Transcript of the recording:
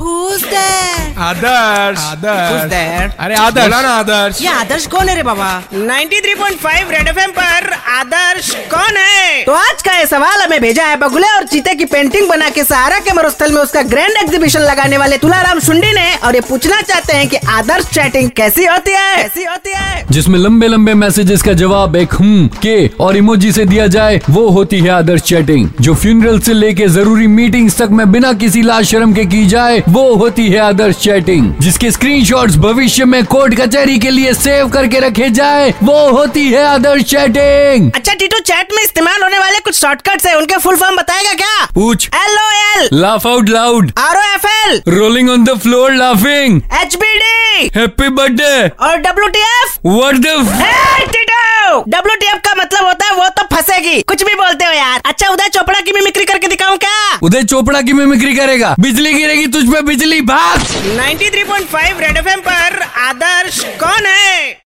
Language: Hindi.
who's there? Adarsh Who's Adarsh there? अरे आदर्श बोला ना आदर्श ये आदर्श कौन है रे बाबा 93.5 रेड एफएम पर आदर्श कौन है तो आज का ये सवाल हमें भेजा है बगुले और चीते की पेंटिंग बना के सहारा के मरुस्थल में उसका ग्रैंड एग्जीबिशन लगाने वाले तुलाराम शुंडी ने और ये पूछना चाहते हैं कि आदर्श चैटिंग कैसी होती है कैसी होती है जिसमें लंबे लंबे मैसेजेस का जवाब एक हूँ के और इमोजी से दिया जाए वो होती है आदर्श चैटिंग जो फ्यूनरल से लेके जरूरी मीटिंग्स तक में बिना किसी लाज शर्म के की जाए वो होती है आदर्श चैटिंग जिसके स्क्रीनशॉट्स भविष्य में कोर्ट कचहरी के लिए सेव करके रखे जाए वो होती है आदर्श चैटिंग अच्छा टीटू चैट में इस्तेमाल होने वाले कुछ शॉर्टकट्स है उनके फुल फॉर्म बताएगा क्या पूछ L O L laugh out loud R O F L rolling on the floor laughing H B D happy birthday और W T F what the W T F का मतलब होता है वो तो फंसेगी कुछ भी बोलते हो यार अच्छा उदय चोपड़ा की मिमिक्री करके दिखाऊं क्या उदय चोपड़ा की मिमिक्री करेगा बिजली गिरेगी तुझ पे बिजली भाग 93.5 रेड एफएम पर आदर्श कौन